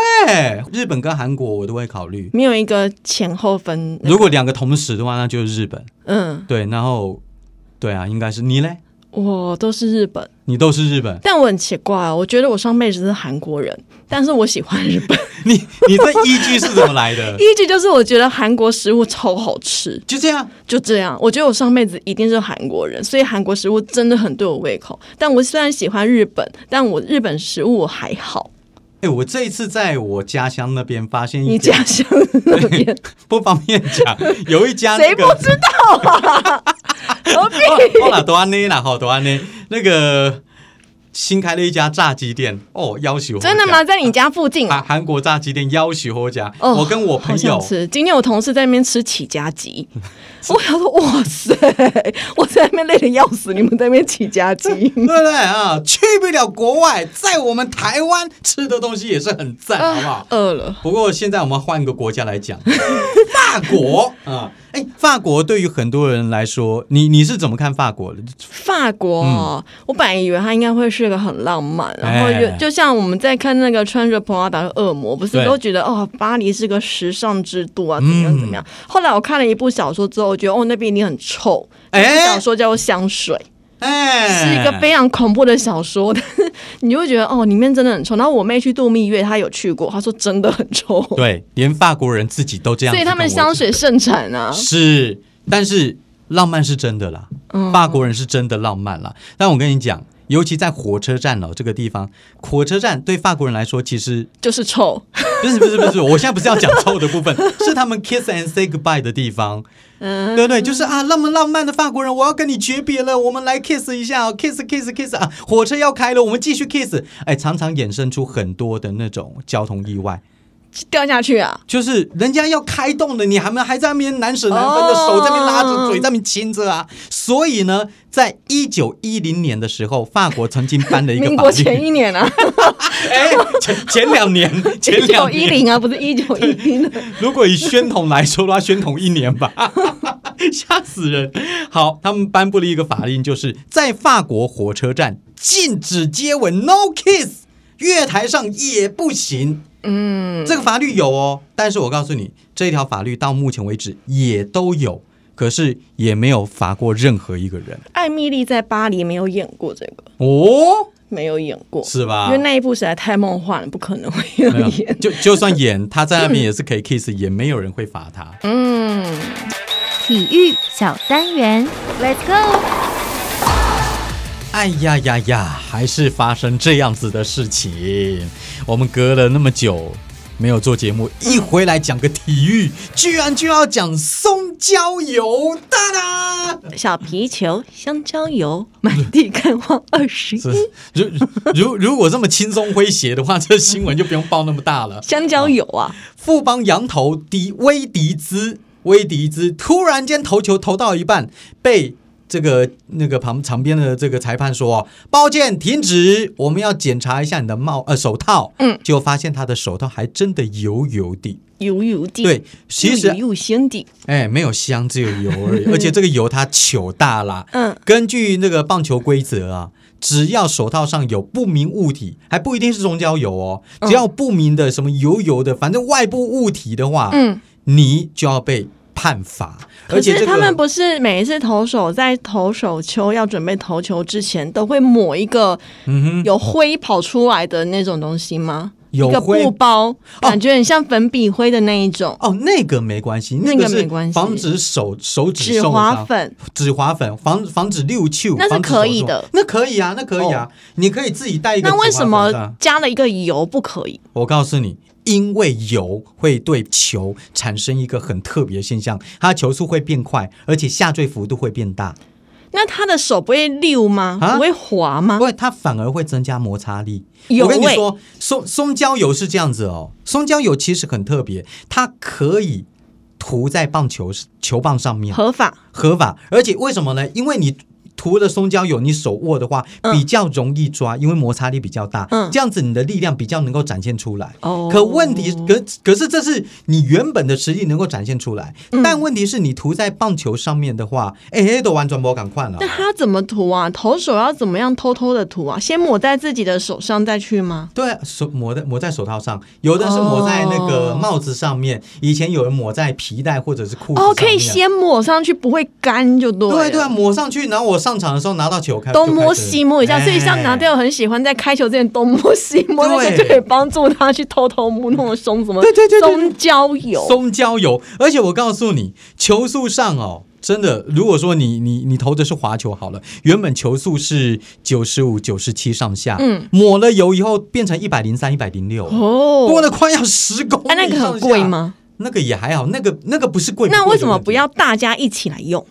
Speaker 1: 日本跟韩国我都会考虑。
Speaker 2: 没有一个前后分，
Speaker 1: 如果两个同时的话，那就是日本。
Speaker 2: 嗯，
Speaker 1: 对，然后对啊，应该是你嘞，
Speaker 2: 我都是日本，
Speaker 1: 你都是日本，
Speaker 2: 但我很奇怪、哦，我觉得我上辈子是韩国人，但是我喜欢日 本。
Speaker 1: 你你这依据是怎么来的？
Speaker 2: 依据就是我觉得韩国食物超好吃，
Speaker 1: 就这样，
Speaker 2: 就这样。我觉得我上辈子一定是韩国人，所以韩国食物真的很对我胃口。但我虽然喜欢日本，但我日本食物我还好。
Speaker 1: 哎，我这一次在我家乡那边发现一
Speaker 2: 你
Speaker 1: 家，
Speaker 2: 家乡那 边
Speaker 1: 不方便讲，有一家那
Speaker 2: 谁
Speaker 1: 个
Speaker 2: 不知道啊？何必？
Speaker 1: 哦啦，多安呢啦，好多安呢，那个新开了一家炸鸡店哦，要求
Speaker 2: 真的吗？？在你家附近啊？
Speaker 1: 韩韩国炸鸡店要求我家，
Speaker 2: 哦，
Speaker 1: 我跟我朋
Speaker 2: 好
Speaker 1: 友
Speaker 2: 想，吃。今天我同事在那边吃起家 鸡，我想说，哇塞，我在那边累得要死，你们在那边起家 鸡。
Speaker 1: 对不对啊？去不了国外，在我们台湾吃的东西也是很赞，
Speaker 2: 哦
Speaker 1: 好不好？
Speaker 2: 饿了，
Speaker 1: 不过现在我们换个国家来 讲，法国啊，哎、法国对于很多人来说，你你是怎么看法国的？
Speaker 2: 法国哦，我本来以为它应该会是个很浪漫，然后
Speaker 1: 嗯哎
Speaker 2: 就就像我们在看那个穿着 Prada 的恶魔，不
Speaker 1: 对嗯
Speaker 2: 是都觉得哦，巴黎是个时尚之都啊，怎么样怎么样。后来我看了一部小说之后，我觉得哦，那边一定很臭。
Speaker 1: 哎
Speaker 2: 那部小说叫做《香水》，
Speaker 1: 哎，
Speaker 2: 是一个非常恐怖的小说， 但是你就会觉得哦，里面真的很臭。然后我妹去度蜜月，她有去过，她说真的很臭，
Speaker 1: 对，连法国人自己都这样
Speaker 2: 所
Speaker 1: 子
Speaker 2: 以
Speaker 1: 跟我讲，
Speaker 2: 他们香水盛产啊。
Speaker 1: 是，但是浪漫是真的啦，法国人是真的浪漫啦。但我跟你讲，尤其在火车站哦这个地方，火车站对法国人来说其实
Speaker 2: 就是臭，
Speaker 1: 不是不是不是，我现在不是要讲臭的部分，是他们 kiss and say goodbye 的地方，
Speaker 2: 嗯，
Speaker 1: 对不对？就是啊，浪漫浪漫的法国人，我要跟你诀别了，我们来 kiss 一下、哦、，kiss kiss kiss 啊，火车要开了，我们继续 kiss，哎，常常衍生出很多的那种交通意外。
Speaker 2: 掉下去啊！
Speaker 1: 就是人家要开动了，你还没还在那边难舍难分的
Speaker 2: 哦
Speaker 1: 手在那边拉着，嘴在那边亲着啊。所以呢，在一九一零年的时候，法国曾经颁了一个
Speaker 2: 民
Speaker 1: 法
Speaker 2: 国
Speaker 1: 律，
Speaker 2: 前一年啊，
Speaker 1: 哎，前前两年， 前
Speaker 2: 一
Speaker 1: 两
Speaker 2: 九
Speaker 1: 年
Speaker 2: 一，零啊，不是一九一零，
Speaker 1: 如果以宣统来说的话，宣统一年吧， 吓死人。好，他们颁布了一个法令，就是在法国火车站禁止接吻，no kiss，月台上也不行。嗯，这个法律有哦，但是我告诉你，这条法律到目前为止也都有，可是也没有罚过任何一个人
Speaker 2: 艾米丽在巴黎没有演过这个，
Speaker 1: 哦，
Speaker 2: 没有演过，
Speaker 1: 是吧啊
Speaker 2: 因为？那一部实在太梦幻了，不可能会有
Speaker 1: 没有
Speaker 2: 演。
Speaker 1: 就就算演，他在那边也是可以 kiss，也没有人会罚他。
Speaker 2: 嗯，
Speaker 3: 体育小单元，Let's go！
Speaker 1: 哎呀呀呀，还是发生这样子的事情。我们隔了那么久没有做节目，一回来讲个体育，居然就要讲松焦油，哒哒！
Speaker 2: 小皮球、香蕉油，满地开花二十一。
Speaker 1: 是如如如果这么轻松诙谐的话，这新闻就不用报那么大了。
Speaker 2: 香蕉油啊，
Speaker 1: 富邦羊头迪威迪兹，威迪兹突然间投球投到一半，被这个那个旁旁边的这个裁判说：“抱歉，停止，我们要检查一下你的帽呃手套。”
Speaker 2: 嗯，
Speaker 1: 结果发现他的手套还真的油油的。
Speaker 2: 油油的。
Speaker 1: 对，其实
Speaker 2: 又鲜的，
Speaker 1: 哎，没有香，只有油而 已。而且这个油它糗大啦。
Speaker 2: 嗯，
Speaker 1: 根据那个棒球规则啊，只要手套上有不明物体，还不一定是中焦油哦，
Speaker 2: 嗯
Speaker 1: 只要不明的什么油油的，反正外部物体的话，
Speaker 2: 嗯，
Speaker 1: 你就要被判罚。而且
Speaker 2: 可
Speaker 1: 这
Speaker 2: 是
Speaker 1: 个
Speaker 2: 他们不是每一次投手在投手球要准备投球之前，都会抹一个
Speaker 1: 嗯
Speaker 2: 有灰跑出来的那种东西吗？
Speaker 1: 有
Speaker 2: 一个
Speaker 1: 灰
Speaker 2: 布包，感觉很像粉笔灰的那一种
Speaker 1: 哦，那个没关系，
Speaker 2: 那个
Speaker 1: 个是
Speaker 2: 没关系
Speaker 1: 防止手手指
Speaker 2: 纸
Speaker 1: 受
Speaker 2: 滑
Speaker 1: 伤。
Speaker 2: 粉。
Speaker 1: 指滑粉防防止六球，
Speaker 2: 那是
Speaker 1: 防止
Speaker 2: 可以
Speaker 1: 手
Speaker 2: 的哦
Speaker 1: 肘，那可以啊，那可以啊，你可以自己带一个指
Speaker 2: 那
Speaker 1: 滑粉上。
Speaker 2: 为什么加了一个油不可以？
Speaker 1: 我告诉你，因为油会对球产生一个很特别的现象，它的球速会变快，而且下坠幅度会变大，
Speaker 2: 那他的手不会溜吗？
Speaker 1: 啊
Speaker 2: 不会滑吗
Speaker 1: 不？会，它反而会增加摩擦力。
Speaker 2: 有
Speaker 1: 我跟你
Speaker 2: 味
Speaker 1: 说，松松胶油是这样子哦，松胶油其实很特别，它可以涂在棒球球棒上面，
Speaker 2: 合法
Speaker 1: 合法。而且为什么呢？因为你涂了松胶油，你手握的话
Speaker 2: 嗯
Speaker 1: 比较容易抓，因为摩擦力比较大，
Speaker 2: 嗯
Speaker 1: 这样子你的力量比较能够展现出来。
Speaker 2: 哦
Speaker 1: 可问题，可可是这是你原本的实力能够展现出来，
Speaker 2: 嗯
Speaker 1: 但问题是你涂在棒球上面的话，哎、欸，都完全不敢 看了
Speaker 2: 那。他怎么涂啊？投手要怎么样偷偷的涂啊？先抹在自己的手上再去吗？
Speaker 1: 对啊，手抹在抹在手套上，有的是抹在那个
Speaker 2: 哦
Speaker 1: 帽子上面，以前有人抹在皮带或者是裤子上面。
Speaker 2: 哦，可以先抹上去，不会干就对了。
Speaker 1: 对对啊，抹上去，然后我上场的时候拿到球看，
Speaker 2: 东
Speaker 1: 就
Speaker 2: 摸
Speaker 1: 开始
Speaker 2: 西摸一下，所以像拿。
Speaker 1: 哎
Speaker 2: 掉很喜欢在开球之前东摸西摸，那
Speaker 1: 对
Speaker 2: 个就可以帮助他去偷偷摸弄松什么
Speaker 1: 对对对对对
Speaker 2: 松胶油，
Speaker 1: 松胶油，而且我告诉你，球速上哦，真的，如果说你你你投的是滑球好了，原本球速是九十五、九十七上下，
Speaker 2: 嗯，
Speaker 1: 抹了油以后变成一百零三、一百零六，
Speaker 2: 哦
Speaker 1: 多了快要十公里
Speaker 2: 哎、那个很贵吗？
Speaker 1: 上下？那个也还好，那个那个不是贵，
Speaker 2: 那
Speaker 1: 贵
Speaker 2: 为
Speaker 1: 的
Speaker 2: 什么
Speaker 1: 问题
Speaker 2: 不？要大家一起来用？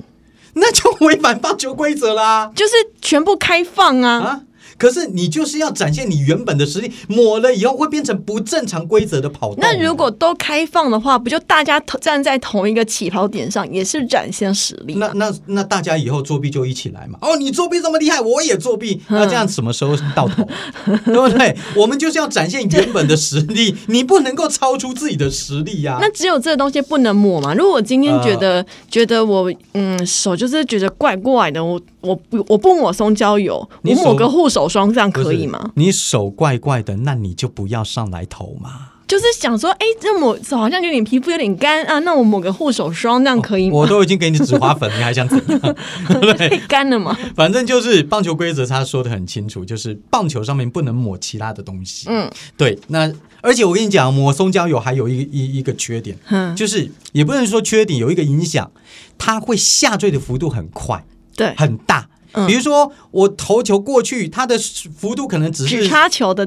Speaker 1: 那就违反棒球规则啦
Speaker 2: 就是全部开放啊！
Speaker 1: 啊！可是你就是要展现你原本的实力，抹了以后会变成不正常规则的跑动。
Speaker 2: 那如果都开放的话，不就大家同站在同一个起跑点上，也是展现实力吗？
Speaker 1: 那那那大家以后作弊就一起来嘛！哦，你作弊这么厉害，我也作弊，
Speaker 2: 嗯
Speaker 1: 那这样什么时候到 头？对不对？我们就是要展现原本的实力， 你不能够超出自己的实力呀、
Speaker 2: 那只有这个东西不能抹嘛？如果我今天觉得、
Speaker 1: 啊
Speaker 2: 觉得我嗯手就是觉得怪怪的，我我不我不抹松胶油，
Speaker 1: 你
Speaker 2: 我
Speaker 1: 手
Speaker 2: 抹个护手霜这样
Speaker 1: 不是
Speaker 2: 可以吗？？
Speaker 1: 你手怪怪的，那你就不要上来投嘛。
Speaker 2: 就是想说，哎，这抹好像有点皮肤有点干啊，那我抹个护手霜，那样可以吗？
Speaker 1: 我都已经给你纸花粉，你还想怎 样？对不
Speaker 2: 太
Speaker 1: 对？
Speaker 2: 干了嘛？
Speaker 1: 反正就是棒球规则，他说的很清楚，就是棒球上面不能抹其他的东西。
Speaker 2: 嗯，
Speaker 1: 对。那而且我跟你讲，抹松胶油还有一一一个缺点，
Speaker 2: 嗯，
Speaker 1: 就是也不能说缺点，有一个影响，它会下坠的幅度很快
Speaker 2: 对，
Speaker 1: 很大。
Speaker 2: 嗯
Speaker 1: 比如说我投球过去，它的幅度可能只
Speaker 2: 只
Speaker 1: 是
Speaker 2: 插球的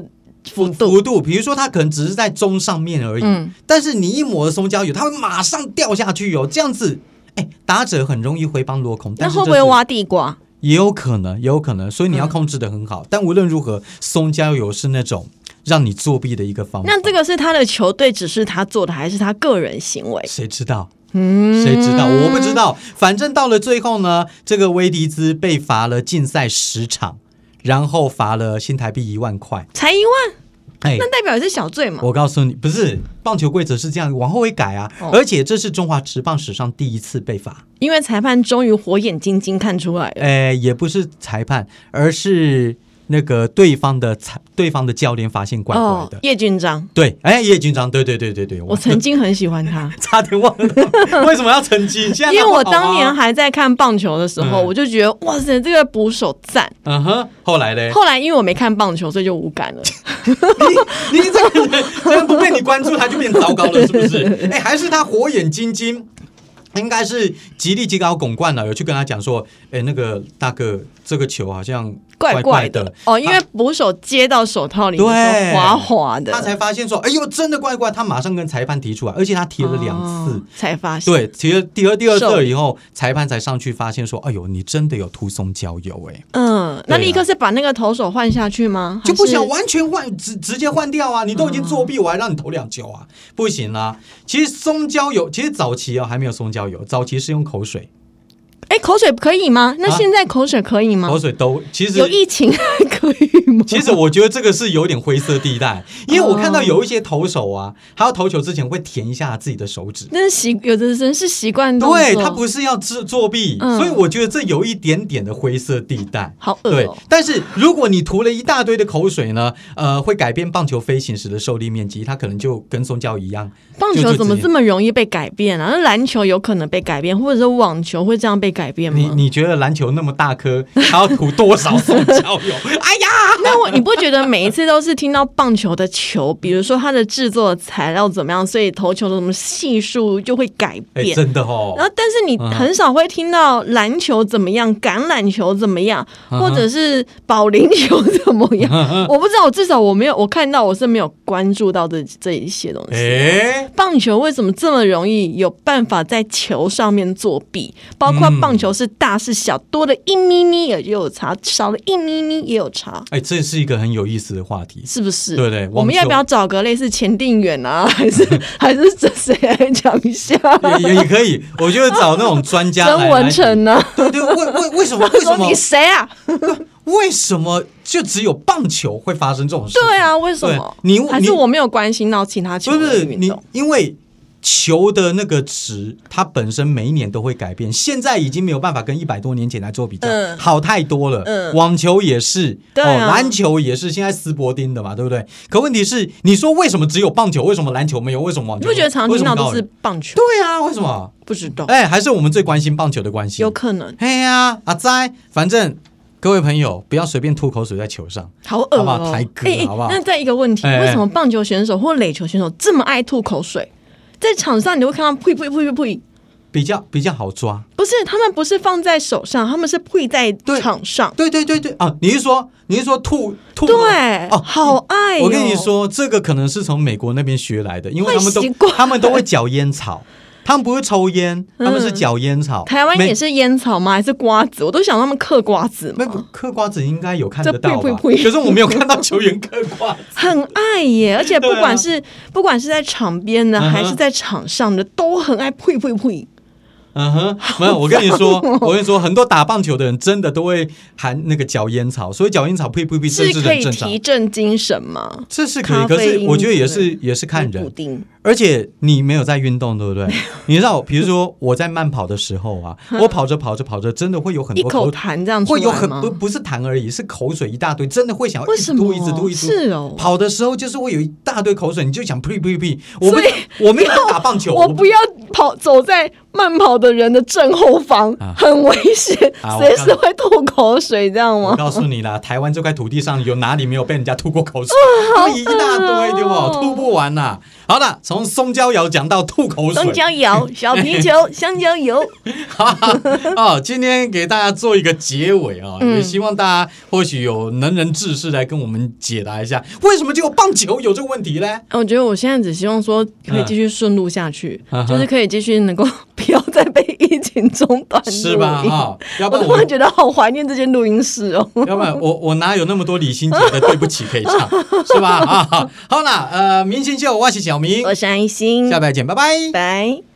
Speaker 2: 幅度，
Speaker 1: 幅度，比如说它可能只是在中上面而已，
Speaker 2: 嗯
Speaker 1: 但是你一抹松胶油，它会马上掉下去哦，这样子。哎，打者很容易挥棒落空，
Speaker 2: 那
Speaker 1: 但是
Speaker 2: 会不
Speaker 1: 这
Speaker 2: 会
Speaker 1: 是
Speaker 2: 挖地瓜？
Speaker 1: 也有可能，也有可能，所以你
Speaker 2: 嗯
Speaker 1: 要控制的很好。但无论如何，松胶油是那种让你作弊的一个方法。
Speaker 2: 那这个是他的球队只是他做的，还是他个人行为？
Speaker 1: 谁知道？
Speaker 2: 嗯，
Speaker 1: 谁知道？我不知道。反正到了最后呢，这个威迪兹被罚了禁赛十场，然后罚了新台币一万块。
Speaker 2: 才一万，
Speaker 1: 哎，
Speaker 2: 那代表也是小罪嘛？
Speaker 1: 我告诉你，不是棒球规则是这样，往后会改啊。
Speaker 2: 哦
Speaker 1: 而且这是中华职棒史上第一次被罚，
Speaker 2: 因为裁判终于火眼金睛看出来了，
Speaker 1: 呃，也不是裁判，而是那个对方的裁，对方的教练发现怪怪
Speaker 2: 哦
Speaker 1: 的。，
Speaker 2: 叶俊章，
Speaker 1: 对，哎，叶军长，对对对对对，。
Speaker 2: 我曾经很喜欢他
Speaker 1: 差点忘了， 为什么要澄清？现在
Speaker 2: 因为我
Speaker 1: 他不好啊
Speaker 2: 当年，还在看棒球的时候，
Speaker 1: 嗯
Speaker 2: 我就觉得哇塞，这个捕手赞。
Speaker 1: 嗯哼，后来嘞，
Speaker 2: 后来因为我没看棒球，所以就无感了。
Speaker 1: 你你这个人，这样不被你关注，他就变糟糕了，是不是？ 哎，还是他火眼金睛。应该是吉利吉高拱冠了，有去跟他讲说，哎、那个大哥，这个球好像
Speaker 2: 怪
Speaker 1: 怪
Speaker 2: 的哦，因为捕手接到手套里面
Speaker 1: 对
Speaker 2: 就滑滑
Speaker 1: 他
Speaker 2: 的，
Speaker 1: 才发现说，哎呦，真的怪怪，他马上跟裁判提出来，而且他提了两次，
Speaker 2: 哦才发现。
Speaker 1: 对，提了第二第二
Speaker 2: 受
Speaker 1: 次以后，裁判才上去发现说，哎呦，你真的有涂松胶油、哎，
Speaker 2: 嗯，
Speaker 1: 对
Speaker 2: 那
Speaker 1: 啊
Speaker 2: 立刻是把那个投手换下去吗？
Speaker 1: 就不
Speaker 2: 还是
Speaker 1: 想完全换，直直接换掉啊！你都已经作弊，我还让你投两球
Speaker 2: 嗯
Speaker 1: 啊，不行啦。其实松胶油，其实早期啊、还没有松胶油，早期是用口水，
Speaker 2: 哎，口水可以吗？那
Speaker 1: 啊
Speaker 2: 现在口水可以吗？
Speaker 1: 口水都其实
Speaker 2: 嗯有疫情可以吗？
Speaker 1: 其实我觉得这个是有点灰色地 带，因为我
Speaker 2: 哦
Speaker 1: 看到有一些投手啊，他要投球之前会舔一下自己的手指。
Speaker 2: 那是习有的人是习惯动作，
Speaker 1: 对他不是要自作弊，
Speaker 2: 嗯
Speaker 1: 所以我觉得这有一点点的灰色地带。
Speaker 2: 好恶
Speaker 1: 对
Speaker 2: 哦，
Speaker 1: 但是如果你涂了一大堆的口水呢，呃，会改变棒球飞行时的受力面积，它可能就跟松胶一样，
Speaker 2: 棒
Speaker 1: 就
Speaker 2: 球
Speaker 1: 就
Speaker 2: 怎么
Speaker 1: 直接
Speaker 2: 这么容易被改变啊？那篮球有可能被改变，或者是网球会这样被改变
Speaker 1: 你
Speaker 2: 吗？
Speaker 1: 你觉得篮球那么大颗， 还要涂多少松胶 油？哎呀，
Speaker 2: 那我你不觉得每一次都是听到棒球的球，比如说它的制作材料怎么样，所以投球的什么系数就会改
Speaker 1: 哎、
Speaker 2: 变。
Speaker 1: 真的哦
Speaker 2: 然。后，但是你
Speaker 1: 嗯
Speaker 2: 很少会听到篮球怎么样、橄榄球怎么样，
Speaker 1: 嗯哼嗯
Speaker 2: 或者是保龄球怎么样。 我不知道，我至少我没有，我看到我是没有关注到这这一些东西。
Speaker 1: 哎，
Speaker 2: 棒球为什么这么容易有办法在球上面作弊？包括
Speaker 1: 嗯
Speaker 2: 棒球是大是小，多了一咪咪也有差，少了一咪咪也有差，
Speaker 1: 哎，这是一个很有意思的话 题。
Speaker 2: 是不是？
Speaker 1: 对对
Speaker 2: 我们
Speaker 1: 网球
Speaker 2: 要不要找个类似前定远啊， 还是还是这谁来讲 一下？
Speaker 1: 也也也可以，我觉得找那种专家来。
Speaker 2: 曾文
Speaker 1: 来
Speaker 2: 成呢、啊
Speaker 1: 对对，为为为什么为什
Speaker 2: 说
Speaker 1: 么
Speaker 2: 你谁啊？
Speaker 1: 为什么就只有棒球会发生这种事？
Speaker 2: 对啊，为什
Speaker 1: 对
Speaker 2: 么？
Speaker 1: 你
Speaker 2: 还
Speaker 1: 你
Speaker 2: 是我没有关心到其他球
Speaker 1: 不
Speaker 2: 类
Speaker 1: 是
Speaker 2: 运
Speaker 1: 你
Speaker 2: 动？，
Speaker 1: 因为球的那个值，它本身每一年都会改变，现在已经没有办法跟一百多年前来做比较，
Speaker 2: 嗯
Speaker 1: 好太多了。
Speaker 2: 嗯
Speaker 1: 网球也是，
Speaker 2: 对啊
Speaker 1: 哦，篮球也是，现在斯伯丁的嘛，对不对？可问题是，你说为什么只有棒球，为什么篮球没有，为什么网
Speaker 2: 你
Speaker 1: 球？
Speaker 2: 不觉得常
Speaker 1: 为
Speaker 2: 听
Speaker 1: 什么
Speaker 2: 到都
Speaker 1: 高尔
Speaker 2: 是
Speaker 1: 夫？
Speaker 2: 棒球？
Speaker 1: 对啊，为什么？
Speaker 2: 不知道，
Speaker 1: 哎，还是我们最关心棒球的关系。
Speaker 2: 有可能，
Speaker 1: 哎呀，阿哉，反正各位朋友不要随便吐口水在球上。
Speaker 2: 好
Speaker 1: 好
Speaker 2: 恶
Speaker 1: 不
Speaker 2: 哦、
Speaker 1: 好抬哥啊
Speaker 2: 哎哎
Speaker 1: 好不好
Speaker 2: 那再一个问题，
Speaker 1: 哎哎
Speaker 2: 为什么棒球选手或垒球选手这么爱吐口水？在场上你会看到呸呸呸呸呸，
Speaker 1: 比较比较好抓，
Speaker 2: 不是他们不是放在手上，他们是呸在场上。
Speaker 1: 对对对对啊！你是说你是说吐吐
Speaker 2: 对，
Speaker 1: 哦
Speaker 2: 好爱、哦
Speaker 1: 我跟你，说，这个可能是从美国那边学来的，因为他们都
Speaker 2: 会习惯嗯
Speaker 1: 他们都会嚼烟草，他们不会抽烟，他们是嚼烟草。
Speaker 2: 台湾
Speaker 1: 美
Speaker 2: 也是烟草吗？还是瓜子？我都想他们嗑瓜子
Speaker 1: 那
Speaker 2: 嘛，
Speaker 1: 嗑瓜子应该有看得到
Speaker 2: 这
Speaker 1: 吧？
Speaker 2: 呸呸呸
Speaker 1: 可是我没有看到球员嗑瓜 子。
Speaker 2: 很爱耶！而且不
Speaker 1: 对啊
Speaker 2: 管是、不管是在场边的
Speaker 1: 嗯哼
Speaker 2: 还是在场上的，都很爱呸呸呸。
Speaker 1: 嗯哼，没
Speaker 2: 哦
Speaker 1: 有，我跟你说，我跟你说，很多打棒球的人真的都会含那个脚烟草，所以脚烟草屁屁屁，这
Speaker 2: 是可
Speaker 1: 很
Speaker 2: 以
Speaker 1: 正常
Speaker 2: 提。振精神吗？
Speaker 1: 这是可以，
Speaker 2: 咖
Speaker 1: 可是
Speaker 2: 啡因
Speaker 1: 我觉得也
Speaker 2: 之类
Speaker 1: 是也是看
Speaker 2: 尼古
Speaker 1: 人，呃
Speaker 2: 丁
Speaker 1: 而且你没有在运动，对不对？你知道，比如说我在慢跑的时候 啊，我跑着跑着跑着，真的会有很
Speaker 2: 一
Speaker 1: 多
Speaker 2: 口
Speaker 1: 口
Speaker 2: 痰这样出
Speaker 1: 会有
Speaker 2: 来
Speaker 1: 很
Speaker 2: 吗
Speaker 1: 不？不是痰而已，是口水一大堆，真的会想要
Speaker 2: 为
Speaker 1: 一直
Speaker 2: 什么
Speaker 1: 吐一直吐一直吐。
Speaker 2: 是哦
Speaker 1: 跑的时候就是会有一大堆口水，你就想呸呸呸！我不
Speaker 2: 所以
Speaker 1: 我没有在打棒球，
Speaker 2: 我
Speaker 1: 不
Speaker 2: 不要跑走在慢跑的人的正后方，
Speaker 1: 啊
Speaker 2: 很危险，
Speaker 1: 啊我
Speaker 2: 随时会吐口水，这样
Speaker 1: 我
Speaker 2: 吗？
Speaker 1: 告诉你啦，台湾这块土地上有哪里没有被人家吐过口水？都一大堆，对
Speaker 2: 哦
Speaker 1: 不？吐不完呐。好了，从松胶摇讲到吐口水，
Speaker 2: 松胶油、小 皮球、香蕉油，
Speaker 1: 哦，今天给大家做一个结尾啊、
Speaker 2: 嗯
Speaker 1: 也希望大家或许有能人志士来跟我们解答一下，为什么只有棒球有这个问题呢？
Speaker 2: 我觉得我现在只希望说可以继续顺路下去，
Speaker 1: 嗯
Speaker 2: 就是可以继续能够 不要再被疫情中断录音
Speaker 1: 是吧？哈、要不然
Speaker 2: 我突
Speaker 1: 我
Speaker 2: 然，觉得好怀念这间录音室哦。
Speaker 1: 要不然我我哪有那么多李心洁的对不起可以唱，是吧？啊，好啦，呃，明星秀，我是小明，
Speaker 2: 我是安心，
Speaker 1: 下
Speaker 2: 拜
Speaker 1: 拜见，拜拜。
Speaker 2: 拜。